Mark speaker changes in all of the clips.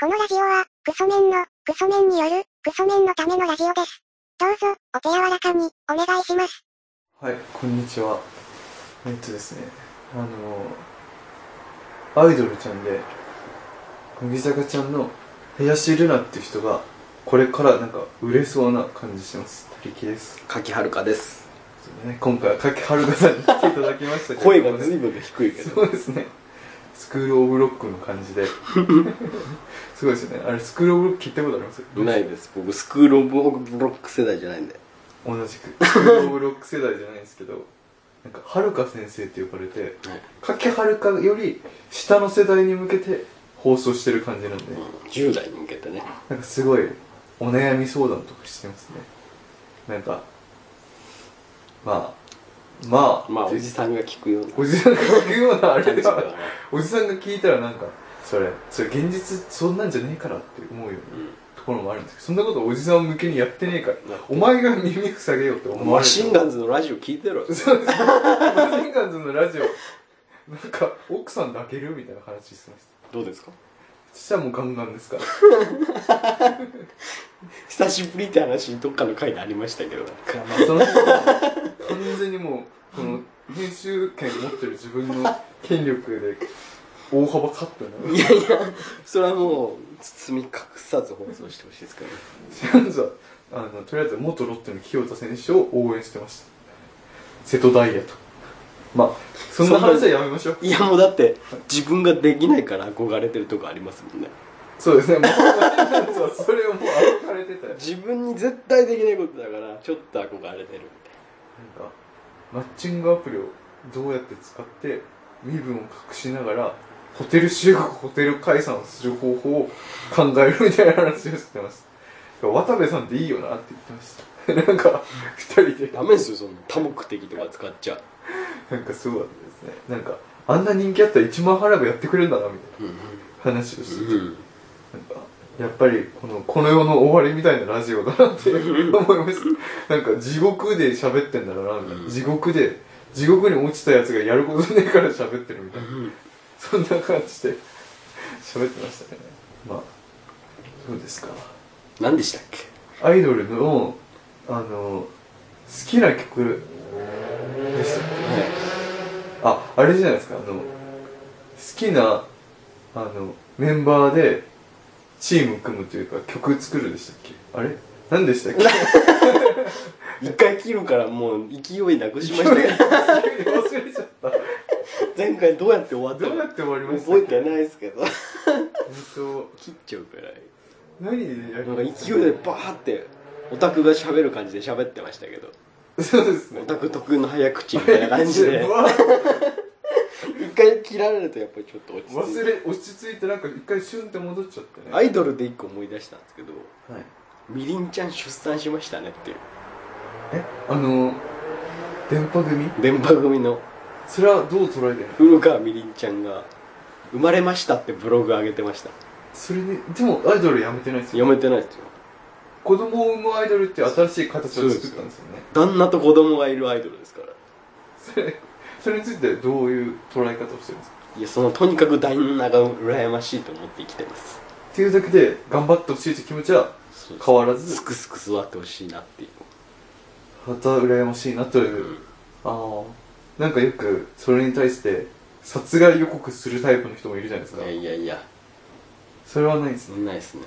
Speaker 1: このラジオは、クソメンの、クソメンによる、クソメンのためのラジオです。どうぞ、お手柔らかに、お願いします。
Speaker 2: はい、こんにちは。えっとですね、あの、アイドルちゃんで、乃木坂ちゃんの林瑠奈っていう人が、これからなんか売れそうな感じします。たりきです。
Speaker 3: 柿はるかです
Speaker 2: ね、今回は柿春香さんに来ていただきましたけど
Speaker 3: 声が随分低いけど
Speaker 2: そうですね。スクールオブロックの感 じで。すごいですよね。あれ、スクールオブロック聞いたことあります
Speaker 3: ないです僕スクールオブロック世代じゃないんで
Speaker 2: 同じく。スクールオブロック世代じゃないんですけど、なんか、はるか先生って呼ばれて、柿はるかより下の世代に向けて放送してる感じなんで、
Speaker 3: 10代に向けてね
Speaker 2: なんかすごいお悩み相談とかしてますね。なんか、まあ、まあ、
Speaker 3: まあおじさんが聞くような
Speaker 2: おじさんが聞くようなあれ
Speaker 3: 感じ
Speaker 2: で
Speaker 3: で
Speaker 2: は
Speaker 3: はない
Speaker 2: おじさんが聞いたらなんかそれそれ現実そんなんじゃねえからって思うようなところもあるんですけどそんなことおじさん向けにやってねえから
Speaker 3: やって
Speaker 2: お前が耳塞げようって思わ
Speaker 3: マ
Speaker 2: れる
Speaker 3: シンガンズのラジオ聞いてろ
Speaker 2: そうですマシンガンズのラジオなんか奥さん抱けるみたいな話してました
Speaker 3: どうですか
Speaker 2: そしたらもうガンガンですから
Speaker 3: 久しぶりって話どっかの回でありましたけどなんか
Speaker 2: まあその辺は完全にもうこの編集権持ってる自分の権力で大幅カットになる
Speaker 3: いやいやそれはもう包み隠さず放送してほしいですからね
Speaker 2: シャンズはあのとりあえず元ロッテの清田選手を応援してました瀬戸大也とまあそんな話はやめましょう
Speaker 3: いやもうだって自分ができないから憧れてるとこありますもんね
Speaker 2: そうですねもうシ ャンズはそれをもう憧れてたよなん
Speaker 3: 自分に絶対できないことだからちょっと憧れてるみたいな
Speaker 2: かマッチングアプリをどうやって使って身分を隠しながらホテル集合ホテル解散をする方法を考えるみたいな話をしてました渡部さんっていいよなって言ってました なんか二人で
Speaker 3: ダメですよそんな多目的とか使っちゃ
Speaker 2: なんかすごかったですねなんかあんな人気あったら1万払えばやってくれるんだなみたいな
Speaker 3: うん
Speaker 2: 話をしてて、
Speaker 3: うん
Speaker 2: なんかやっぱりこのこの世の終わりみたいなラジオだなって思いま したなんか地獄で喋ってんだろうなみたいな、
Speaker 3: うん
Speaker 2: 地獄で地獄に落ちたやつがやることねえから喋ってるみたいな、
Speaker 3: うん
Speaker 2: そんな感じで喋ってましたねまあそうですか
Speaker 3: 何でしたっけ
Speaker 2: アイドルのあの好きな曲でしたっけあ、あれじゃないですか、あの、好きな、あの、メンバーで、チーム組むというか、曲作るでしたっけあれ何でした っけ
Speaker 3: 一回切るからもう勢いなくしましたけど
Speaker 2: 忘れちゃった。
Speaker 3: 前回どうやって終わった
Speaker 2: どうや
Speaker 3: の
Speaker 2: って終わりましたっ
Speaker 3: 覚え
Speaker 2: け
Speaker 3: てないですけど
Speaker 2: 本
Speaker 3: 切っちゃうくらい
Speaker 2: 当、何でや
Speaker 3: なんか勢いでバーってオタクが喋る感じで喋ってましたけど
Speaker 2: そうですね
Speaker 3: オ。タク特有の早口みたいな感じで
Speaker 2: うわ
Speaker 3: 一回切られるとやっぱりちょっと落ち着い
Speaker 2: 忘
Speaker 3: て
Speaker 2: れ、落ち着いてなんか一回シュンって戻っちゃってね。
Speaker 3: ア
Speaker 2: い。
Speaker 3: イドルで一個思い出したんですけどみりんちゃん出産しましたねっていう
Speaker 2: え、あの、電波組
Speaker 3: 電波組の
Speaker 2: それはどう捉えてるの
Speaker 3: 古川みりんちゃんが生まれましたってブログ上げてました
Speaker 2: それで、でもアイドルやめてないですよ。
Speaker 3: 読めてないですよ
Speaker 2: 子供を産むアイドルっていう新しい形を作ったんですよね。
Speaker 3: 旦那と子供がいるアイドルですから
Speaker 2: それそれについてどういう捉え方をしてるんですか
Speaker 3: いやそのとにかく旦那が羨ましいと思って生きてます
Speaker 2: っていうだけで頑張ってほしいって気持ちは変わらず
Speaker 3: すくすく座ってほしいなっていう
Speaker 2: また羨ましいなという、
Speaker 3: うん
Speaker 2: ああなんかよくそれに対して殺害予告するタイプの人もいるじゃないです
Speaker 3: い
Speaker 2: か
Speaker 3: やいやいや
Speaker 2: それはないんですね
Speaker 3: ないですね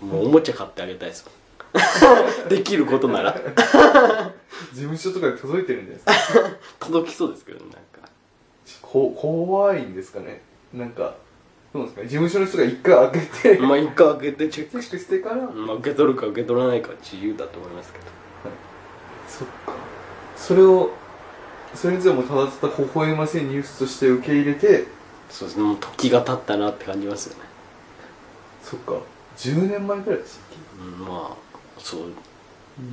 Speaker 3: もうおもちゃ買ってあげたいです もんできることなら
Speaker 2: 事務所とかで届いてるんじゃないですか
Speaker 3: 届きそうですけどねなんか
Speaker 2: こ怖いんですかねなんかどうなんですかね事務所の人が一回開けて
Speaker 3: まあ一回開けてチェ
Speaker 2: チェ
Speaker 3: ック
Speaker 2: ッ
Speaker 3: し
Speaker 2: クしてから、
Speaker 3: まあ、受け取るか受け取らないかは自由だと思いますけど
Speaker 2: そっかそれをそれについてもただただ微笑ましいニュースとして受け入れて
Speaker 3: そうですねもう時が経ったなって感じますよね、
Speaker 2: そっか10年前くらいでしたっけ
Speaker 3: うん、まあそう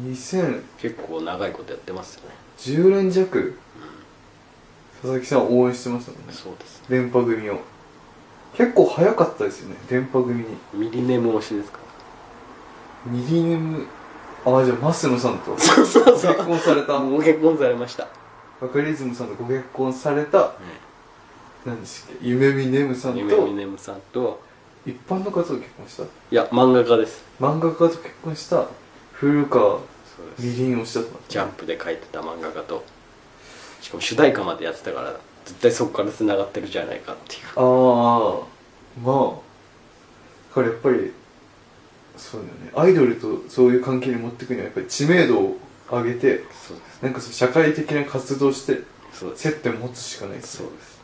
Speaker 2: 2010
Speaker 3: 結構長いことやってますよね
Speaker 2: 年弱佐々木さんを応援してましたもんね
Speaker 3: そうです
Speaker 2: 電波組を結構早かったですよね電波組に
Speaker 3: ミリネム推しですか
Speaker 2: ミリネムああじゃあ増野さんとご
Speaker 3: そうそうそう
Speaker 2: 結婚された
Speaker 3: もう結婚されました、
Speaker 2: バカリズムさんとご結婚された何でしたっけ夢見ネムさん
Speaker 3: 夢
Speaker 2: と
Speaker 3: ミネムさんと
Speaker 2: 一般の方と結婚した
Speaker 3: いや漫画家です
Speaker 2: 漫画家と結婚した古川
Speaker 3: そうです
Speaker 2: みりんをしちゃったの
Speaker 3: ジャンプで書いてた漫画家としかも主題歌までやってたから絶対そこから繋がってるじゃないかっていう
Speaker 2: ああまあ彼やっぱりそうだよねアイドルとそういう関係に持ってくにはやっぱり知名度を上げて
Speaker 3: そうです
Speaker 2: なんかそう社会的な活動して
Speaker 3: そうです
Speaker 2: 接点持つしかないです
Speaker 3: そ
Speaker 2: ね
Speaker 3: うです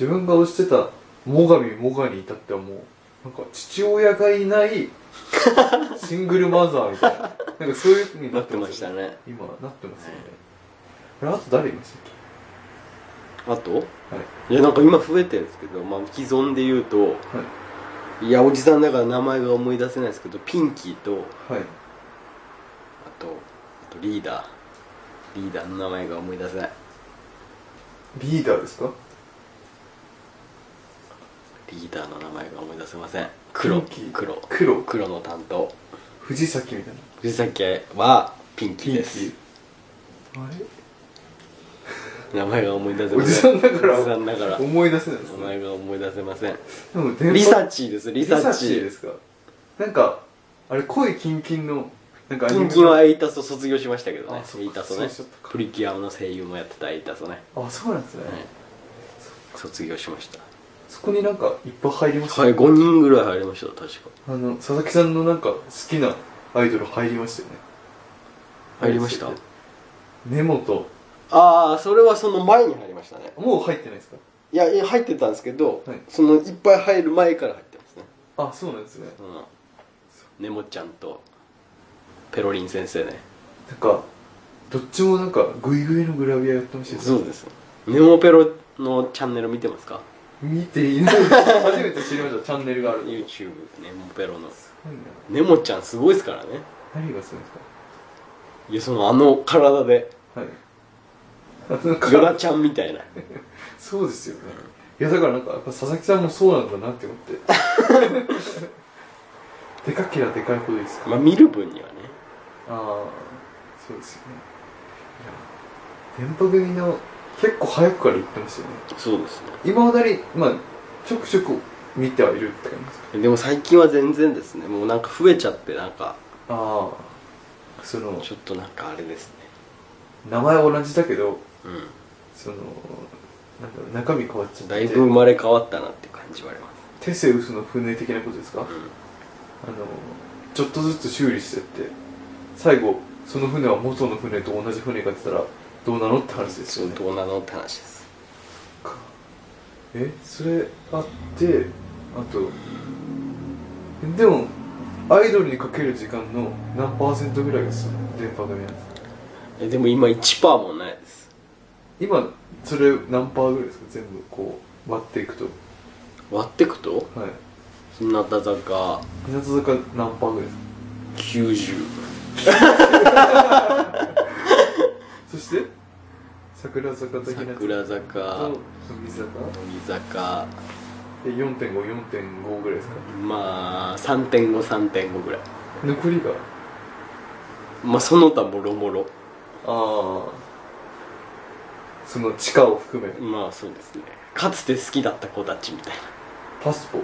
Speaker 2: 自分が推してた最上最上に至ってはもうなんか父親がいない シングルマザーみたいななんかそういう風に
Speaker 3: な
Speaker 2: なっ
Speaker 3: ってて
Speaker 2: ま
Speaker 3: ますし
Speaker 2: よ
Speaker 3: た
Speaker 2: ね
Speaker 3: ね
Speaker 2: 今なってますよねあれあと誰いましたっ
Speaker 3: あと
Speaker 2: けはい
Speaker 3: いやなんか今増えてるんですけど、まあ、既存で言うと
Speaker 2: はい
Speaker 3: やおじさんだから名前が思い出せないですけどピンキーと
Speaker 2: いはい
Speaker 3: あとあとリーダーリーダーの名前が思い出せない
Speaker 2: リーダーですか
Speaker 3: リーダーの名前が思い出せません黒
Speaker 2: ピンキー
Speaker 3: 黒
Speaker 2: 黒
Speaker 3: 黒の担当
Speaker 2: 藤崎みたいな
Speaker 3: 藤崎はピンキーです
Speaker 2: あ
Speaker 3: 名前が思い出せ
Speaker 2: れお
Speaker 3: ま
Speaker 2: じ
Speaker 3: せ
Speaker 2: さ
Speaker 3: ん
Speaker 2: んだか
Speaker 3: おじさんだからら
Speaker 2: 思い出せないです
Speaker 3: 名
Speaker 2: ね
Speaker 3: 前が思い出せません
Speaker 2: でも電波
Speaker 3: リサチーですリ
Speaker 2: リ
Speaker 3: サ
Speaker 2: サ
Speaker 3: チ
Speaker 2: チ
Speaker 3: ー
Speaker 2: ーですかなんかあれ恋キンキンのなんかアニ
Speaker 3: キ
Speaker 2: メ
Speaker 3: ンキンはエイタソ卒業しましたけどね
Speaker 2: あそう
Speaker 3: エイ
Speaker 2: か
Speaker 3: タソね
Speaker 2: そうでしたか
Speaker 3: プリキュアの声優もやってたエイタソね、
Speaker 2: あそうなんですね、
Speaker 3: はい、卒業しました
Speaker 2: そこになんかいっぱい入りました
Speaker 3: はい5人ぐらい入りました確か
Speaker 2: あの佐々木さんのなんか好きなアイドル入りましたよね
Speaker 3: 入りました
Speaker 2: 根本
Speaker 3: ああそれはその前に入りましたね
Speaker 2: もう入ってないですか
Speaker 3: いやいや入ってたんですけど、
Speaker 2: はい
Speaker 3: そのいっぱい入る前から入ってますね
Speaker 2: あそうなんですね
Speaker 3: うんねもちゃんとペロリン先生ね
Speaker 2: なんかどっちもなんかグイグイのグラビアやってましたよね
Speaker 3: そうですネモペロのチャンネル見てますか
Speaker 2: 見ていない初めて知りましたチャンネルがあるの
Speaker 3: YouTube ネモペロの
Speaker 2: すごいな
Speaker 3: ネモちゃんすごいですからね
Speaker 2: 何がするんです
Speaker 3: いやそのあの体で
Speaker 2: かはいあなん
Speaker 3: ヨラ
Speaker 2: か
Speaker 3: ちゃんみたいな
Speaker 2: そうですよねいやだからなんかやっぱ佐々木さんもそうなんだなって思って でかけりゃでかいほどいいですか
Speaker 3: まあ見る分にはね
Speaker 2: ああそうですよねいや電波組の結構早くから行ってましたよね
Speaker 3: そうですね
Speaker 2: 今までにまあちょくちょく見てはいるって感じですか
Speaker 3: でも最近は全然ですねもうなんか増えちゃってなんか
Speaker 2: ああその
Speaker 3: ちょっとなんかあれですね
Speaker 2: 名前は同じだけど
Speaker 3: う
Speaker 2: そのなんだろう中身変わっちゃって
Speaker 3: んだいぶ生まれ変わったなって感じはありま
Speaker 2: テセウスの船的なことですか、
Speaker 3: すうん
Speaker 2: あのちょっとずつ修理してって最後その船は元の船と同じ船がってたらどうなのって話です
Speaker 3: そ
Speaker 2: よ
Speaker 3: う
Speaker 2: ね
Speaker 3: どうなのって話です
Speaker 2: かえそれあってあとでもアイドルにかける時間の何パーセントぐらいがその電波組なんですか
Speaker 3: えでも今1%もないです
Speaker 2: 今それ何パーぐらいですか全部こう割っていくと
Speaker 3: 割ってくと
Speaker 2: はい
Speaker 3: 日向坂
Speaker 2: 日向坂何パーぐらいですか
Speaker 3: 90
Speaker 2: そして桜坂と日向坂
Speaker 3: 桜坂
Speaker 2: と乃木坂
Speaker 3: 乃木坂
Speaker 2: で4.54.5ぐらいですか
Speaker 3: まあ3.53.5ぐらい
Speaker 2: 残りが
Speaker 3: まあその他もろもろ
Speaker 2: ああその地下を含め
Speaker 3: まあそうですねかつて好きだった子たちみたいな
Speaker 2: パスポ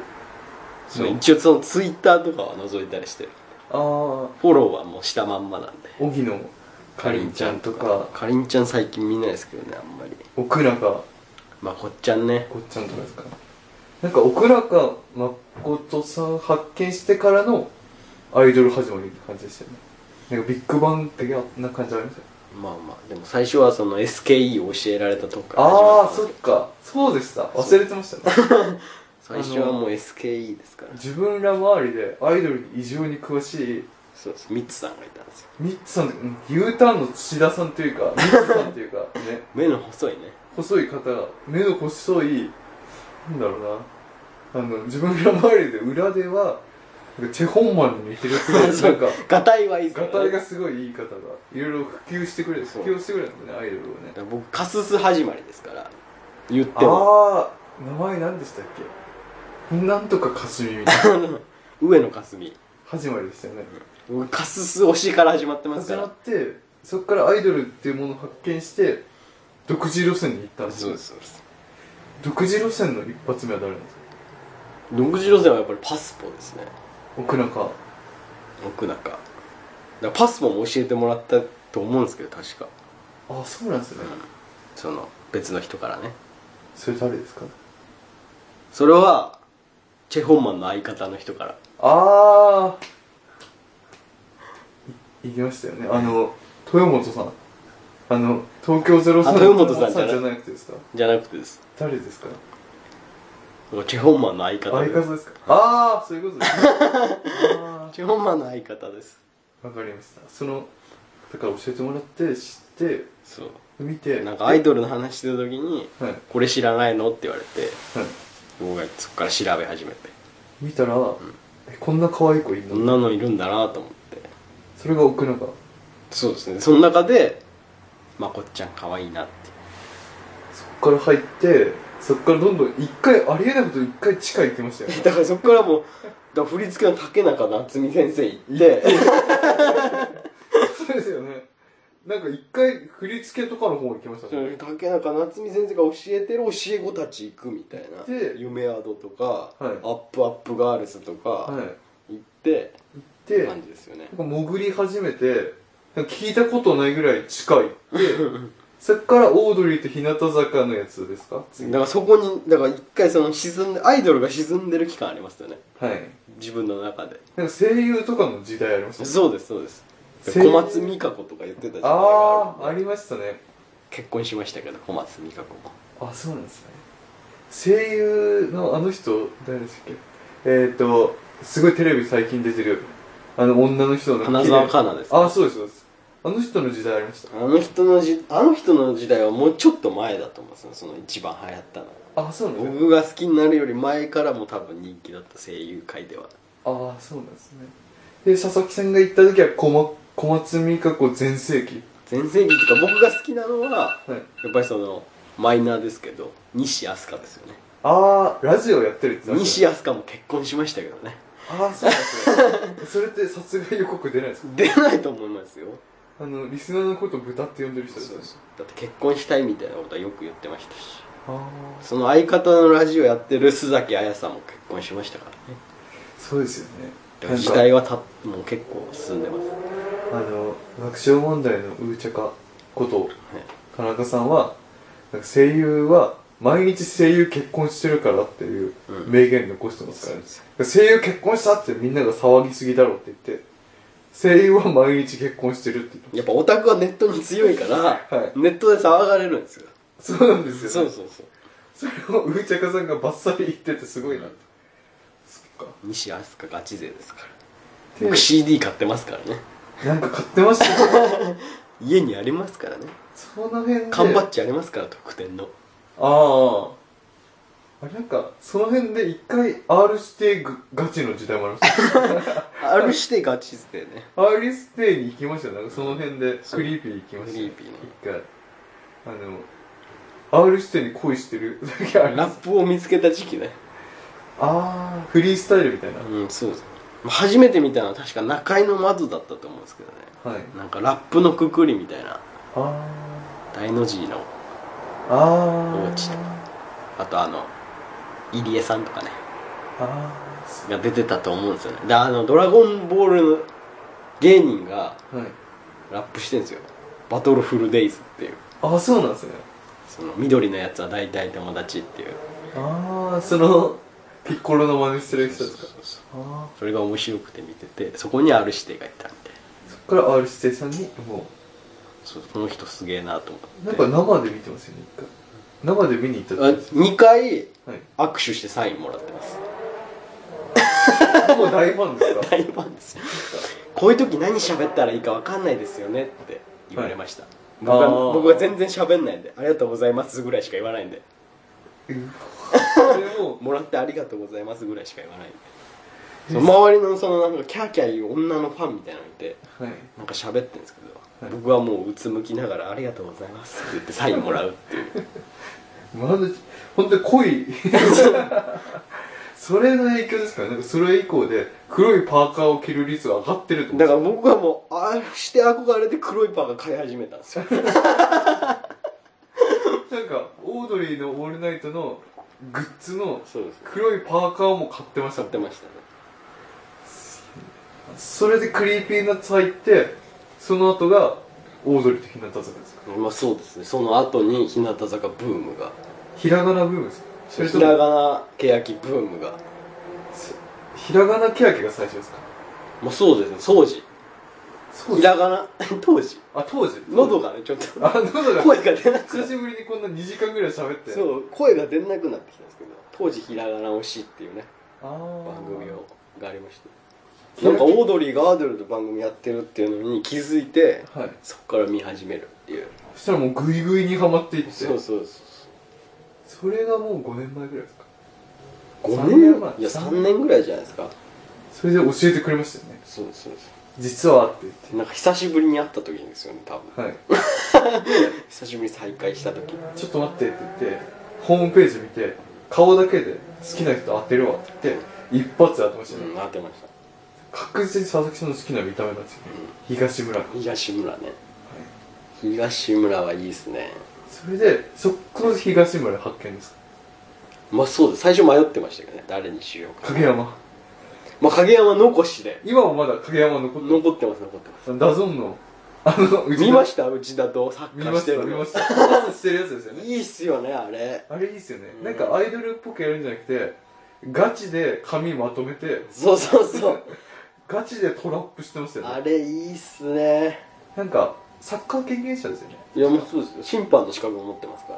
Speaker 3: その一応そのツイッターとかは覗いたりしてる
Speaker 2: ああ
Speaker 3: フォローはもうしたまんまなんで
Speaker 2: 荻野かりんちゃんとか
Speaker 3: かりんちゃん最近見ないですけどねあんまり
Speaker 2: 奥中こ
Speaker 3: まあこっちゃんね
Speaker 2: っちゃんとかですかなんか奥中誠さん発見してからのアイドル始まりって感じでしたよねなんかビッグバン的な感じありましたよ
Speaker 3: まあまあでも最初はその SKE を教えられたとこから始ま
Speaker 2: ああ
Speaker 3: ったん
Speaker 2: そっ
Speaker 3: ですけど
Speaker 2: かそうでした忘れてましたね
Speaker 3: 最初はもう SKE ですから
Speaker 2: 自分ら周りでアイドルに異常に詳しい
Speaker 3: そうですミッツさんがいたんですよ
Speaker 2: ミッツさん、うん U ターンの土田さんという かミッツさんというかね
Speaker 3: 目の細いね
Speaker 2: 細い方目の細いなんだろうなあの自分ら周りで裏ではなんかチェ・ホンマンに似てるって いうなんか
Speaker 3: ガタイはいいです
Speaker 2: ガ
Speaker 3: からね
Speaker 2: タイがすごいいい方がいろいろ普及してくれる普
Speaker 3: そう
Speaker 2: 及してくれるんだねアイドルを
Speaker 3: だ
Speaker 2: ね
Speaker 3: から僕カスス始まりですから言っても
Speaker 2: ああ名前何でしたっけなんとかかすみみたいな
Speaker 3: 上野かすみ
Speaker 2: 始まりでしたよね
Speaker 3: 僕カスス推しから始まってます
Speaker 2: 始
Speaker 3: か
Speaker 2: ま
Speaker 3: ら
Speaker 2: ってそこからアイドルっていうものを発見して独自路線に行ったんです
Speaker 3: そう
Speaker 2: よ
Speaker 3: ですそうです
Speaker 2: 独自路線の一発目は誰なんですか
Speaker 3: 独自路線はやっぱりパスポですね
Speaker 2: 奥中
Speaker 3: 奥中だからパスポも教えてもらったと思うんですけど確か
Speaker 2: あそうなんですね
Speaker 3: その別の人からね
Speaker 2: それ誰ですか
Speaker 3: それはチェ・ホンマンの相方の人から
Speaker 2: ああい行きましたよねあの豊本さんあの東京ゼロ
Speaker 3: あ豊本さんじゃない
Speaker 2: じゃなくてですか
Speaker 3: じゃなくてです
Speaker 2: 誰ですか
Speaker 3: チェ・ホンマンの相方
Speaker 2: 相方ですかああそういうことですねあ
Speaker 3: チェ・ホンマンの相方です
Speaker 2: ーわかりましたそのだから教えてもらって知って
Speaker 3: そう
Speaker 2: 見て
Speaker 3: なんかアイドルの話してた時に
Speaker 2: はいはい
Speaker 3: 「これ知らないの?」って言われて僕がそっから調べ始めて
Speaker 2: 見たら、えこんな可愛い子いる
Speaker 3: こ
Speaker 2: の
Speaker 3: んなのいるんだなと思って
Speaker 2: それが奥中
Speaker 3: そうですねその中でまこっちゃん可愛いなって
Speaker 2: そっから入ってそっからどんどん一回ありえないこと一回地下行きましたよね
Speaker 3: だからそこからもうだから振り付けの竹中夏実先生行って
Speaker 2: そうですよねなんか一回振り付けとかの方行きましたね
Speaker 3: 竹中夏実先生が教えてる教え子たち行くみたいな
Speaker 2: で
Speaker 3: 「夢アド」とか、
Speaker 2: はい
Speaker 3: アップアップガールズ」とか
Speaker 2: は
Speaker 3: 行って、
Speaker 2: いでな
Speaker 3: 感
Speaker 2: んか
Speaker 3: じですよね
Speaker 2: 潜り始めてなんか聞いたことないぐらい地下 行ってそっからオードリーと日向坂のやつですか
Speaker 3: だ
Speaker 2: 次
Speaker 3: からそこにだから一回その沈んでアイドルが沈んでる期間ありますよね
Speaker 2: はい
Speaker 3: 自分の中で
Speaker 2: なんか声優とかの時代ありましたね
Speaker 3: そうですそうです
Speaker 2: せ
Speaker 3: 小松美香子とか言ってた時代が
Speaker 2: あ
Speaker 3: あ
Speaker 2: ああ
Speaker 3: る
Speaker 2: りましたね
Speaker 3: 結婚しましたけど小松美香子も
Speaker 2: あそうなんですね声優のあの人誰でしたっけえっ、ー、とすごいテレビ最近出てるあの女の人の
Speaker 3: 花澤香菜ですね
Speaker 2: あそうですそうですあの人の時代ありました
Speaker 3: あの人のじあの人の時代はもうちょっと前だと思うんですよその一番流行ったのは
Speaker 2: あそうなんですね
Speaker 3: 僕が好きになるより前からも多分人気だった声優界では
Speaker 2: ああそうなんですねで佐々木さんが行った時は小,、ま、小松美香子全盛期
Speaker 3: 全盛期とか僕が好きなのは
Speaker 2: はい
Speaker 3: やっぱりそのマイナーですけど西飛鳥ですよね
Speaker 2: ああラジオやってるって言ってまし
Speaker 3: 西
Speaker 2: たね
Speaker 3: 飛鳥も結婚しましたけどね
Speaker 2: ああそうなんですね それって殺害予告出ないですか
Speaker 3: 出ないと思いますよ
Speaker 2: あのリスナーのこと豚って呼んでる人ですよね
Speaker 3: だって結婚したいみたいなことはよく言ってましたし
Speaker 2: ああ
Speaker 3: その相方のラジオやってる須崎彩さんも結婚しましたからね
Speaker 2: そうですよね
Speaker 3: だから時代はたもう結構進んでます、
Speaker 2: あの爆笑問題のウーチャカこと
Speaker 3: はい
Speaker 2: 田中さんはなんか声優は毎日声優結婚してるからっていう
Speaker 3: うん
Speaker 2: 名言残してますからね、
Speaker 3: そ
Speaker 2: 声優結婚したってみんなが騒ぎすぎだろって言って声優は毎日結婚してるって言って
Speaker 3: やっぱオタクはネットに強いから、
Speaker 2: い
Speaker 3: ネットで騒がれるんですよ。
Speaker 2: そうなんですよ、ね、
Speaker 3: そうそうそう。
Speaker 2: それをウーチャカさんがバッサリ言っててすごいなってそっか
Speaker 3: 西飛鳥ガチ勢ですから。
Speaker 2: で
Speaker 3: 僕 CD 買ってますからね。
Speaker 2: なんか買ってま したよ
Speaker 3: 家にありますからね。
Speaker 2: その辺で
Speaker 3: 缶バッジありますから、特典の。
Speaker 2: あああれなんかその辺で一回 R 指定がガチの時代もありま した
Speaker 3: あるしてガチ勢ね。
Speaker 2: R 指定に行きましたよなんかその辺でクリーピー行きましたよ
Speaker 3: クリーピーね
Speaker 2: 一回あの R 指定に恋してる時あり
Speaker 3: ラ
Speaker 2: ま
Speaker 3: ッ
Speaker 2: す
Speaker 3: プを見つけた時期ね。
Speaker 2: ああフリースタイルみたいな、
Speaker 3: うん、そうです。初めて見たのは確か中井の窓だったと思うんですけどね。
Speaker 2: はい
Speaker 3: なんかラップのくくりみたいな。
Speaker 2: あ
Speaker 3: 大の字の。
Speaker 2: ああ
Speaker 3: お
Speaker 2: ー
Speaker 3: 家とあとあの、入江さんとかね。
Speaker 2: あーそ
Speaker 3: が出てたと思うんですよねであの「ドラゴンボール」の芸人が
Speaker 2: うはい
Speaker 3: ラップしてるんですよ「バトルフルデイズ」っていう
Speaker 2: ああそうなんですね
Speaker 3: その緑のやつは大体友達っていう
Speaker 2: ああそのピッコロの真似してる人
Speaker 3: そう
Speaker 2: ですかああ
Speaker 3: それが面白くて見ててそこに R 指定がいたみたいな
Speaker 2: そっから R 指定さんにもう
Speaker 3: そうこの人すげえなと思って
Speaker 2: なんか生で見てますよね、一回。生で見に行った
Speaker 3: あ
Speaker 2: 時ですよ
Speaker 3: 2回
Speaker 2: はい。
Speaker 3: 握手してサインもらってます
Speaker 2: もう大ファンですか
Speaker 3: 大ファンですよこういう時何喋ったらいいか分かんないですよねって言われました、僕
Speaker 2: あ
Speaker 3: は
Speaker 2: ー
Speaker 3: 僕は全然喋んないんで「ありがとうございます」ぐらいしか言わないんで
Speaker 2: それも
Speaker 3: 「もらってありがとうございます」ぐらいしか言わないんでその周りのそのなんかキャーキャーいう女のファンみたいなのいて
Speaker 2: う、はい。
Speaker 3: なんか喋ってるんですけど、
Speaker 2: はい
Speaker 3: 僕はもううつむきながら「ありがとうございます」って言ってサインもらうっていう
Speaker 2: まだ、本当に濃い。それの影響ですから、なんかそれ以降で黒いパーカーを着る率が上がってると思うんで
Speaker 3: だ
Speaker 2: す
Speaker 3: から
Speaker 2: よ。
Speaker 3: 僕はもうああして憧れて黒いパーが買い始めたんですよ
Speaker 2: なんか、オードリーのオールナイトのグッズの
Speaker 3: そうです
Speaker 2: 黒いパーカーも買ってました
Speaker 3: 買
Speaker 2: も
Speaker 3: っ
Speaker 2: ん
Speaker 3: てましたね
Speaker 2: それでクリーピーナッツ入ってその後がオードリーと日向坂ですか
Speaker 3: まあそうですねその後に日向坂ブームが
Speaker 2: ひらがなブームですかそれと
Speaker 3: ひ
Speaker 2: も
Speaker 3: らがな欅ブームが
Speaker 2: ひらがなケヤキが最初ですか
Speaker 3: まあそうですね当時
Speaker 2: そ
Speaker 3: ひらがな当時
Speaker 2: あ当時
Speaker 3: 喉がねちょっと
Speaker 2: あ喉が
Speaker 3: 声が出なくな
Speaker 2: 久しぶりにこんな2時間ぐらい喋って
Speaker 3: そう声が出なくなってきたんですけど当時ひらがな推しっていうね
Speaker 2: あー
Speaker 3: 番組をがありました
Speaker 2: ケヤ
Speaker 3: なん
Speaker 2: キ
Speaker 3: かオードリーがアードルと番組やってるっていうのに気づいて
Speaker 2: はい
Speaker 3: そこから見始めるっていう
Speaker 2: そしたらもうグイグイにはまっていって
Speaker 3: そうそうそ
Speaker 2: それがもう5年前ぐらいですか
Speaker 3: う5
Speaker 2: 三年前
Speaker 3: 年いや3年ぐらいじゃないですか
Speaker 2: それで教えてくれましたよね
Speaker 3: そうですそうです
Speaker 2: 実はって言って
Speaker 3: なんか久しぶりに会った時にですよね多分
Speaker 2: はい
Speaker 3: 久しぶりに再会した時
Speaker 2: ちょっと待ってって言って、ホームページ見て、顔だけで好きな人当てるわって言って、一発で当てましたね。
Speaker 3: うん会ってました
Speaker 2: 確実に佐々木さんの好きな見た目なんですよね。東村。はい。
Speaker 3: 東村ね東村はいいですね
Speaker 2: それで、そこの東村発見です。
Speaker 3: まあそうです最初迷ってましたけどね誰にしようか
Speaker 2: 影山。
Speaker 3: まあ影山残しで
Speaker 2: 今もまだ影山残って
Speaker 3: 残ってます残ってま
Speaker 2: る。ダゾンの、あの、う
Speaker 3: す見ま
Speaker 2: し
Speaker 3: した内田とサッ
Speaker 2: 見
Speaker 3: カ
Speaker 2: ま
Speaker 3: ーし
Speaker 2: してた、
Speaker 3: る
Speaker 2: 見
Speaker 3: の
Speaker 2: ました。パスしてるやつですよね。
Speaker 3: いいっすよねあれ
Speaker 2: あれいいっすよね
Speaker 3: う。ん
Speaker 2: なんかアイドルっぽくやるんじゃなくて、ガチで髪まとめて、
Speaker 3: そうそうそう
Speaker 2: ガチでトラップしてましたよ
Speaker 3: あ
Speaker 2: ね。
Speaker 3: れいいっすね
Speaker 2: なんか、サッカー経験者ですよね。
Speaker 3: いやもうそうですよ審判の資格も持ってますか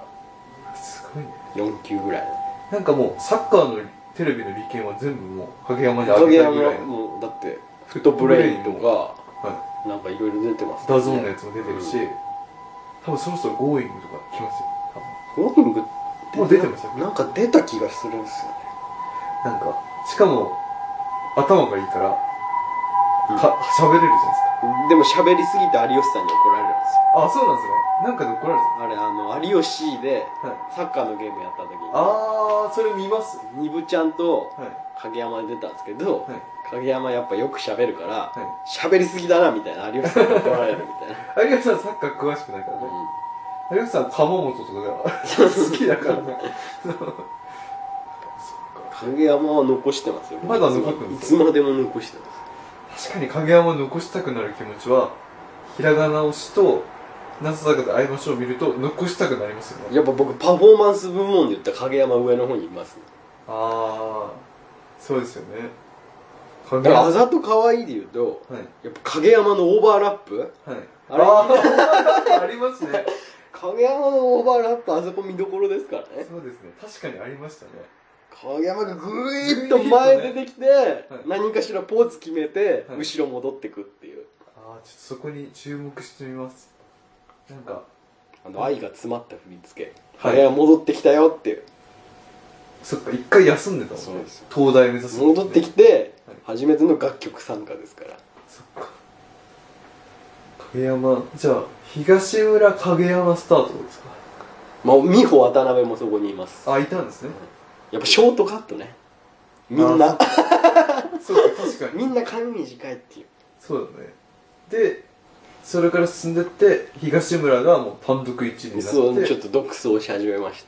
Speaker 3: ら
Speaker 2: すごいね。
Speaker 3: 4級ぐらい
Speaker 2: なんかもうサッカーのテレビの利権は全部もう影山にあ
Speaker 3: 影
Speaker 2: げたいぐらいの、
Speaker 3: 山もだってフットブレインとか
Speaker 2: は
Speaker 3: なんかいろいろ出てます
Speaker 2: い、
Speaker 3: か
Speaker 2: ダ
Speaker 3: ら
Speaker 2: ゾーンのやつも出てるし、
Speaker 3: うん
Speaker 2: 多分そろそろ「ゴーイングとか来ますよ多
Speaker 3: ウォーキング
Speaker 2: もう出てました
Speaker 3: なんか出た気がするんですよね
Speaker 2: 分なんかしかも頭がいいからか喋、れるじゃないですか
Speaker 3: でも喋りすぎて有吉さんに怒られるんです
Speaker 2: あそうなんですねなんかで怒られ
Speaker 3: よあれあの有吉で
Speaker 2: たはい
Speaker 3: サッカーのゲームやった時に
Speaker 2: あーそれ見ます
Speaker 3: ニブちゃんと
Speaker 2: はい
Speaker 3: 影山で出たんですけど、
Speaker 2: はい
Speaker 3: 影山やっぱよく喋るから
Speaker 2: は
Speaker 3: 喋、りすぎだなみたいな有吉さんに怒られるみたいな、
Speaker 2: い有吉さんサッカー詳しくないからね、
Speaker 3: う
Speaker 2: 有吉さん鎌本とかが好きだからねそっか
Speaker 3: ん影山は残してますよ
Speaker 2: まだ残ってます
Speaker 3: いつまでも残してます
Speaker 2: 確かに影山を残したくなる気持ちはひらがな推しとなさだかで会いましょうを見ると残したくなりますよね
Speaker 3: やっぱ僕パフォーマンス部門で言ったら影山上の方にいますね
Speaker 2: ああそうですよね
Speaker 3: だ
Speaker 2: 影
Speaker 3: からあ
Speaker 2: 山は
Speaker 3: ざと可愛いで言うと
Speaker 2: い
Speaker 3: やっぱ影山のオーバーラップ
Speaker 2: はい
Speaker 3: あれ
Speaker 2: あー ありますね
Speaker 3: 影山のオーバーラップあそこ見どころですからね
Speaker 2: そうですね確かにありましたね
Speaker 3: 影山がぐいっと前出てきて
Speaker 2: はい
Speaker 3: 何かしらポーズ決めて
Speaker 2: はい
Speaker 3: 後ろ戻ってくっていう
Speaker 2: ああちょっとそこに注目してみますなんか
Speaker 3: あの愛が詰まった振り付け
Speaker 2: はい
Speaker 3: 影山戻ってきたよっていう
Speaker 2: そっか一回休んでたもんね
Speaker 3: そうです
Speaker 2: 東大目指す
Speaker 3: 戻ってきて初めての楽曲参加ですから
Speaker 2: そっか影山じゃあ東村影山スタートですか
Speaker 3: まあ美穂渡辺もそこにいます
Speaker 2: あいたんですね
Speaker 3: やっぱショートカットねみんな
Speaker 2: そうか確かに
Speaker 3: みんな髪短いっていう
Speaker 2: そうだねでそれから進んでって東村がもう単独1位になって
Speaker 3: そうちょっと独走し始めまし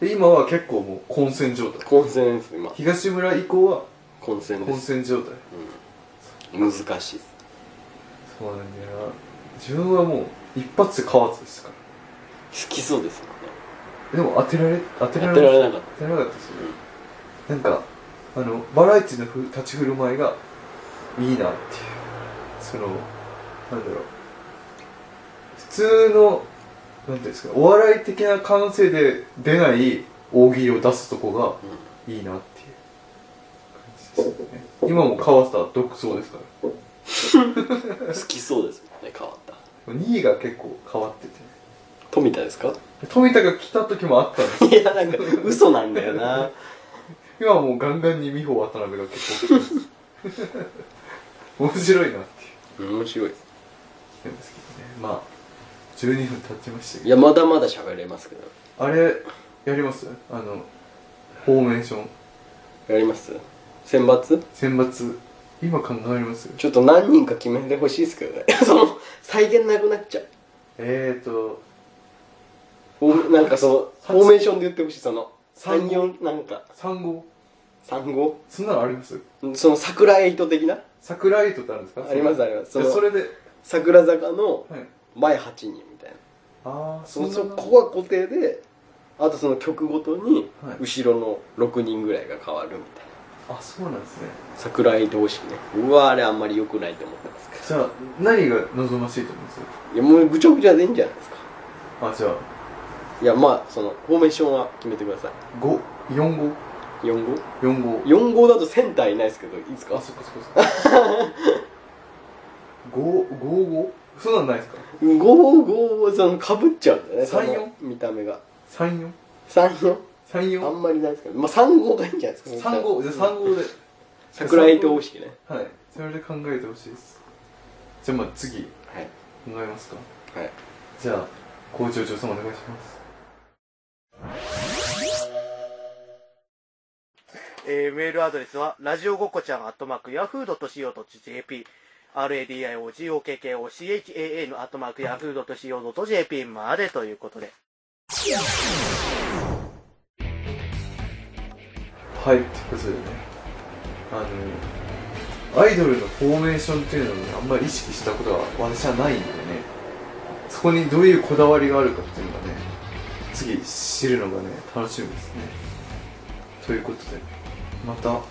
Speaker 2: で今は結構もう混戦状
Speaker 3: た
Speaker 2: 態
Speaker 3: 混戦です今
Speaker 2: 東村以降は
Speaker 3: 混戦で
Speaker 2: 混
Speaker 3: す
Speaker 2: 戦状態
Speaker 3: 難しいです
Speaker 2: そうなんだよな自分はもう一発で河津でしたか
Speaker 3: 好きそうですもんね
Speaker 2: らでも当てられ当てら
Speaker 3: や
Speaker 2: れ
Speaker 3: って
Speaker 2: な
Speaker 3: ら
Speaker 2: かった
Speaker 3: れなかっ
Speaker 2: 当てられなかったですよねなんかあのバラエティのふ立ち振る舞いがいいなっていうそのなんだろう普通のなんていうんですかお笑い的な感性で出ない大喜利を出すとこ
Speaker 3: た、うん
Speaker 2: がいいなっていう感じですね今も川田独走ですか
Speaker 3: 好きそうですもんね変わった
Speaker 2: ら2位が結構変わってて
Speaker 3: 富田ですか
Speaker 2: 富田が来た時もあったんです
Speaker 3: いやなんか嘘なんだよな
Speaker 2: 今はもうガンガンに美穂渡辺が結構来てます面白いなっていう
Speaker 3: 面白いです
Speaker 2: なんですけどねまあ12分経ちましたけ
Speaker 3: い
Speaker 2: ど
Speaker 3: やまだまだ喋れますけど
Speaker 2: あれやりますあのフォーメーション
Speaker 3: やります選抜
Speaker 2: 選抜今考えます
Speaker 3: ちょっと何人か決めてほしいですけどね その再現なくなっちゃう
Speaker 2: えーと
Speaker 3: フォーなんかそのフォーメーションで言ってほしいその
Speaker 2: 三
Speaker 3: 三
Speaker 2: 五
Speaker 3: 四なんか
Speaker 2: 三号
Speaker 3: 三五
Speaker 2: そんなのあります
Speaker 3: その桜エイト的な
Speaker 2: 桜エイトってあるんですか
Speaker 3: ありますありま
Speaker 2: そ
Speaker 3: すそ
Speaker 2: の
Speaker 3: の
Speaker 2: それで
Speaker 3: 桜坂の
Speaker 2: はい
Speaker 3: 前8人みたいな
Speaker 2: ああ
Speaker 3: そのそ
Speaker 2: な
Speaker 3: こは固定であとその曲ごとに
Speaker 2: はい
Speaker 3: 後ろの6人ぐらいが変わるみたい
Speaker 2: あそうなんですね
Speaker 3: な桜エイト方式ねうわあれあんまり良くないと思ってますけど
Speaker 2: じゃあ何が望ましいと思うんですか
Speaker 3: いやもうぐちゃぐちゃでいいんじゃないですか
Speaker 2: あじゃあ
Speaker 3: いやまあそのフォーメーションは決めてください
Speaker 2: 五四号
Speaker 3: 4号
Speaker 2: 四号
Speaker 3: 4号だとセンターいないですけどいいですか
Speaker 2: あそっかそっかそっ か五五五そんなんないですか
Speaker 3: 5号5号そのかぶっちゃうんだよね
Speaker 2: 三四
Speaker 3: その見た目が
Speaker 2: 三四
Speaker 3: 34
Speaker 2: 三
Speaker 3: あ
Speaker 2: 四
Speaker 3: んまりないですけどまあ3号がいいんじゃないですか
Speaker 2: 三号じゃあ三号で
Speaker 3: 桜井と方式ね
Speaker 2: はいそれで考えてほしいですじゃあまあ次考
Speaker 3: はい
Speaker 2: えますか
Speaker 3: はい
Speaker 2: じゃあ校長長さんお願いします
Speaker 4: えーメールアドレスは、ラジオごっこちゃん、アットマーク、ヤフー .co.jp、radiogokkocha のアットマーク、ヤフー .co.jp までということで。
Speaker 2: はいってことでねあのアイドルのフォーメーションっていうのをねあんまり意識したことは私はないんでねそこにどういうこだわりがあるかっていうのがね次知るのがね楽しみですねということでまた